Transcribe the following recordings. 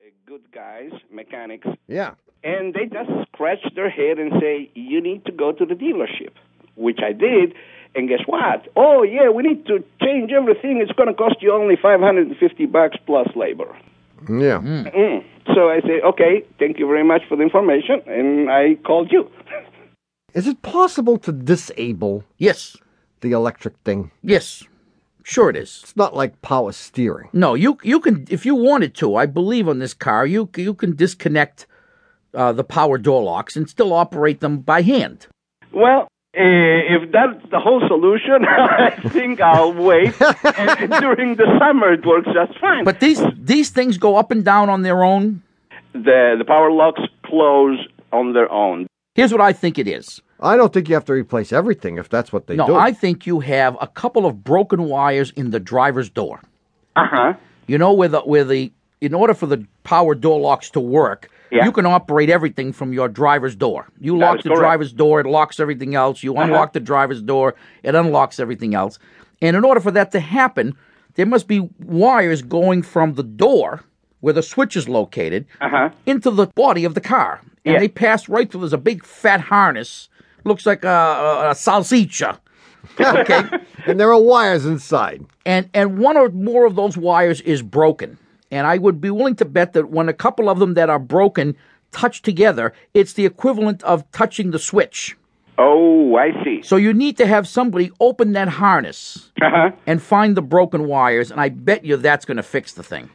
uh, good guys, mechanics, Yeah. and they just scratch their head and say, "You need to go to the dealership," which I did. And guess what? Oh yeah, we need to change everything. It's going to cost you only five hundred and fifty bucks plus labor. Yeah. Hmm. Mm. So I say, okay, thank you very much for the information, and I called you. Is it possible to disable Yes. the electric thing? Yes. Sure it is. It's not like power steering. No, you you can if you wanted to. I believe on this car, you you can disconnect uh, the power door locks and still operate them by hand. Well, eh, if that's the whole solution, I think I'll wait. and during the summer, it works just fine. But these these things go up and down on their own. the the power locks close on their own. Here's what I think it is. I don't think you have to replace everything if that's what they No, do. I think you have a couple of broken wires in the driver's door. Uh huh. You know where the where the in order for the power door locks to work, Yeah. you can operate everything from your driver's door. You lock is correct. the Uh-huh. driver's door, it locks everything else. You unlock the driver's door, it unlocks everything else. And in order for that to happen, there must be wires going from the door where the switch is located into the body of the car. And Uh-huh. Yeah. they pass right through. There's a big fat harness. Looks like a, a, a salsicha. Okay. and there are wires inside. and and one or more of those wires is broken. And I would be willing to bet that when a couple of them that are broken touch together, it's the equivalent of touching the switch. Oh, I see. So you need to have somebody open that harness Uh huh. and find the broken wires, and I bet you that's going to fix the thing.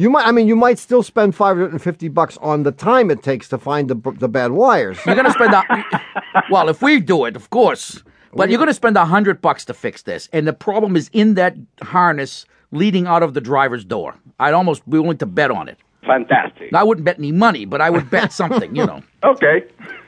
You might. I mean, you might still spend five hundred and fifty bucks on the time it takes to find the b- the bad wires. You're going to spend a, well if we do it, of course. But you're going to spend a hundred bucks to fix this, and the problem is in that harness leading out of the driver's door. I'd almost be willing to bet on it. Fantastic. I wouldn't bet any money, but I would bet something, you know. Okay.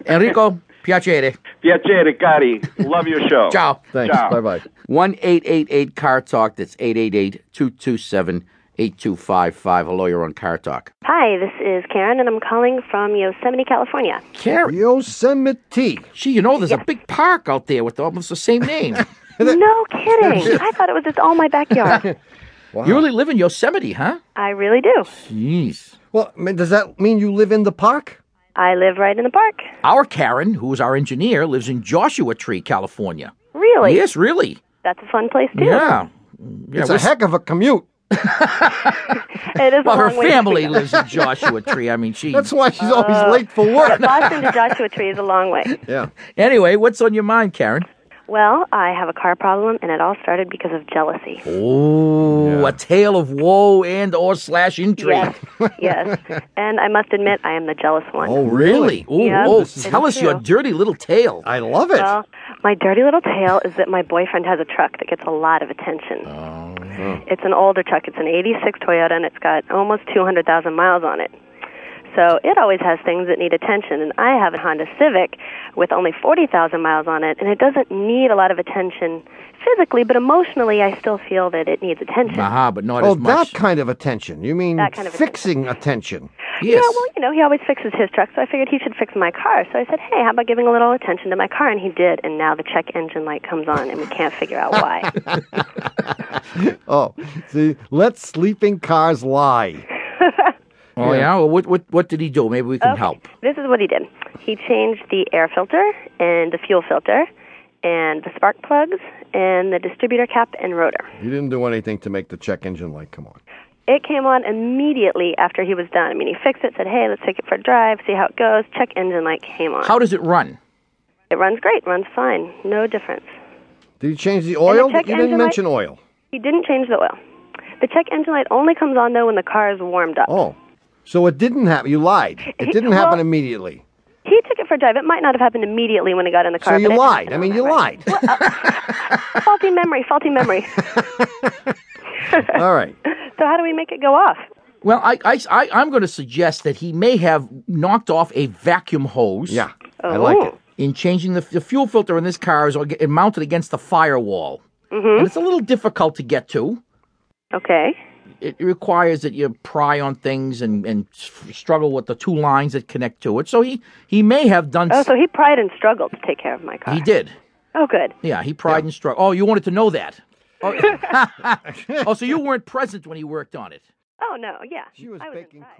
Enrico, piacere. Piacere, cari. Love your show. Ciao. Thanks. Ciao. Bye bye. One eight eight eight Car Talk. That's 888 227 8255. Hello, you're on Car Talk. Hi, this is Karen, and I'm calling from Yosemite, California. Carrie. Yosemite. Gee, you know, there's a big park out there with almost the same name. No kidding. I thought it was just all my backyard. You really live in Yosemite, huh? I really do. Jeez. Well, I mean, does that mean you live in the park? I live right in the park. Our Karen, who is our engineer, lives in Joshua Tree, California. Really? Yes, really. That's a fun place too. Yeah. Yeah, It's we're- a heck of a commute. It is well, a her long way to family Fremont. lives in Joshua Tree. I mean, she. That's why she's Uh, always late for work. Boston to Joshua Tree is a long way. Yeah. Anyway, what's on your mind, Karen? Well, I have a car problem, and it all started because of jealousy. Oh, a tale of woe and or slash intrigue. Yes, yes. And I must admit, I am the jealous one. Really? Oh, Yeah, oh, this is tell us true. your dirty little tale. I love it. Well, my dirty little tale is that my boyfriend has a truck that gets a lot of attention. It's an older truck. It's an 86 Toyota, and it's got almost 200,000 miles on it. So it always has things that need attention. And I have a Honda Civic with only 40,000 miles on it, and it doesn't need a lot of attention physically, but emotionally, I still feel that it needs attention. Aha, but not oh, as much. that kind of attention. You mean That kind of fixing attention. yes. Yeah, well, you know, he always fixes his truck, so I figured he should fix my car. So I said, hey, how about giving a little attention to my car? And he did, and now the check engine light comes on, and we can't figure out why. Oh, see, let sleeping cars lie. oh, yeah. Well, what, what, what did he do? Maybe we can help. This is what he did. He changed the air filter and the fuel filter and the spark plugs and the distributor cap and rotor. You didn't do anything to make the check engine light come on. It came on immediately after he was done. I mean, he fixed it, said, hey, let's take it for a drive, see how it goes. Check engine light came on. How does it run? it runs great, runs fine, no difference. Did you change the oil? check you didn't engine light- mention oil. He didn't change the oil. The check engine light only comes on, though, when the car is warmed up. Oh, so it didn't happen. You lied. It didn't happen Well- immediately. He took it for a drive. It might not have happened immediately when he got in the So car. you but it lied. happened I on mean, that you ride. lied. Faulty memory, faulty memory. All right. so how do we make it go off? Well, I, I, I, I'm going to suggest that he may have knocked off a vacuum hose Yeah, I Oh. like it. in changing the, the fuel filter in this car is ag- mounted against the firewall. And it's a little difficult to get to. Okay. It requires that you pry on things and, and s- struggle with the two lines that connect to it. So he, he may have done. Oh, s- so he pried and struggled to take care of my car. he did. Oh, good. Yeah, he pried and struggled. Oh, you wanted to know that. Oh, oh, so you weren't present when he worked on it. Oh no, yeah. She was I was baking inside. cookies.